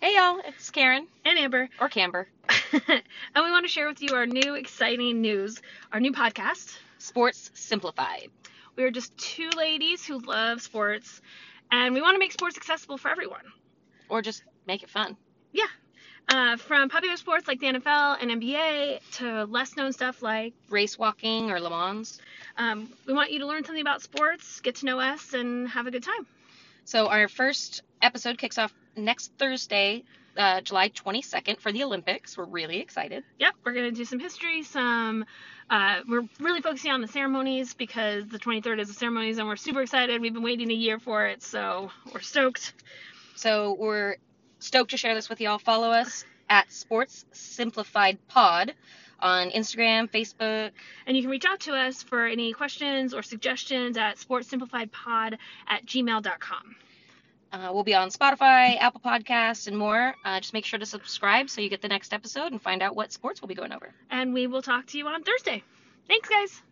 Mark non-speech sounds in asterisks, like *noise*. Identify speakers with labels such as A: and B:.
A: Hey y'all, it's Karen
B: and Amber, *laughs*
A: or Camber.
B: and we want to share with you our new exciting news, our new podcast.
A: Sports Simplified.
B: We are just two ladies who love sports, and we want to make sports accessible for everyone.
A: Or just make it fun.
B: Uh, from popular sports like the NFL and NBA to less known stuff like
A: Race walking or Le Mans.
B: um, we want you to learn something about sports, get to know us, and have a good time.
A: So our first episode kicks off next Thursday, uh, July 22nd for the Olympics. We're really excited.
B: Yep, we're going to do some history, some. Uh, we're really focusing on the ceremonies because the 23rd is the ceremonies, and we're super excited. We've been waiting a year for it, so we're stoked.
A: So we're stoked to share this with y'all. Follow us at Sports Simplified Pod on Instagram, Facebook.
B: And you can reach out to us for any questions or suggestions at sportsimplifiedpod at gmail.com.
A: Uh, we'll be on Spotify, Apple Podcasts, and more. Uh, just make sure to subscribe so you get the next episode and find out what sports we'll be going over.
B: And we will talk to you on Thursday. Thanks, guys.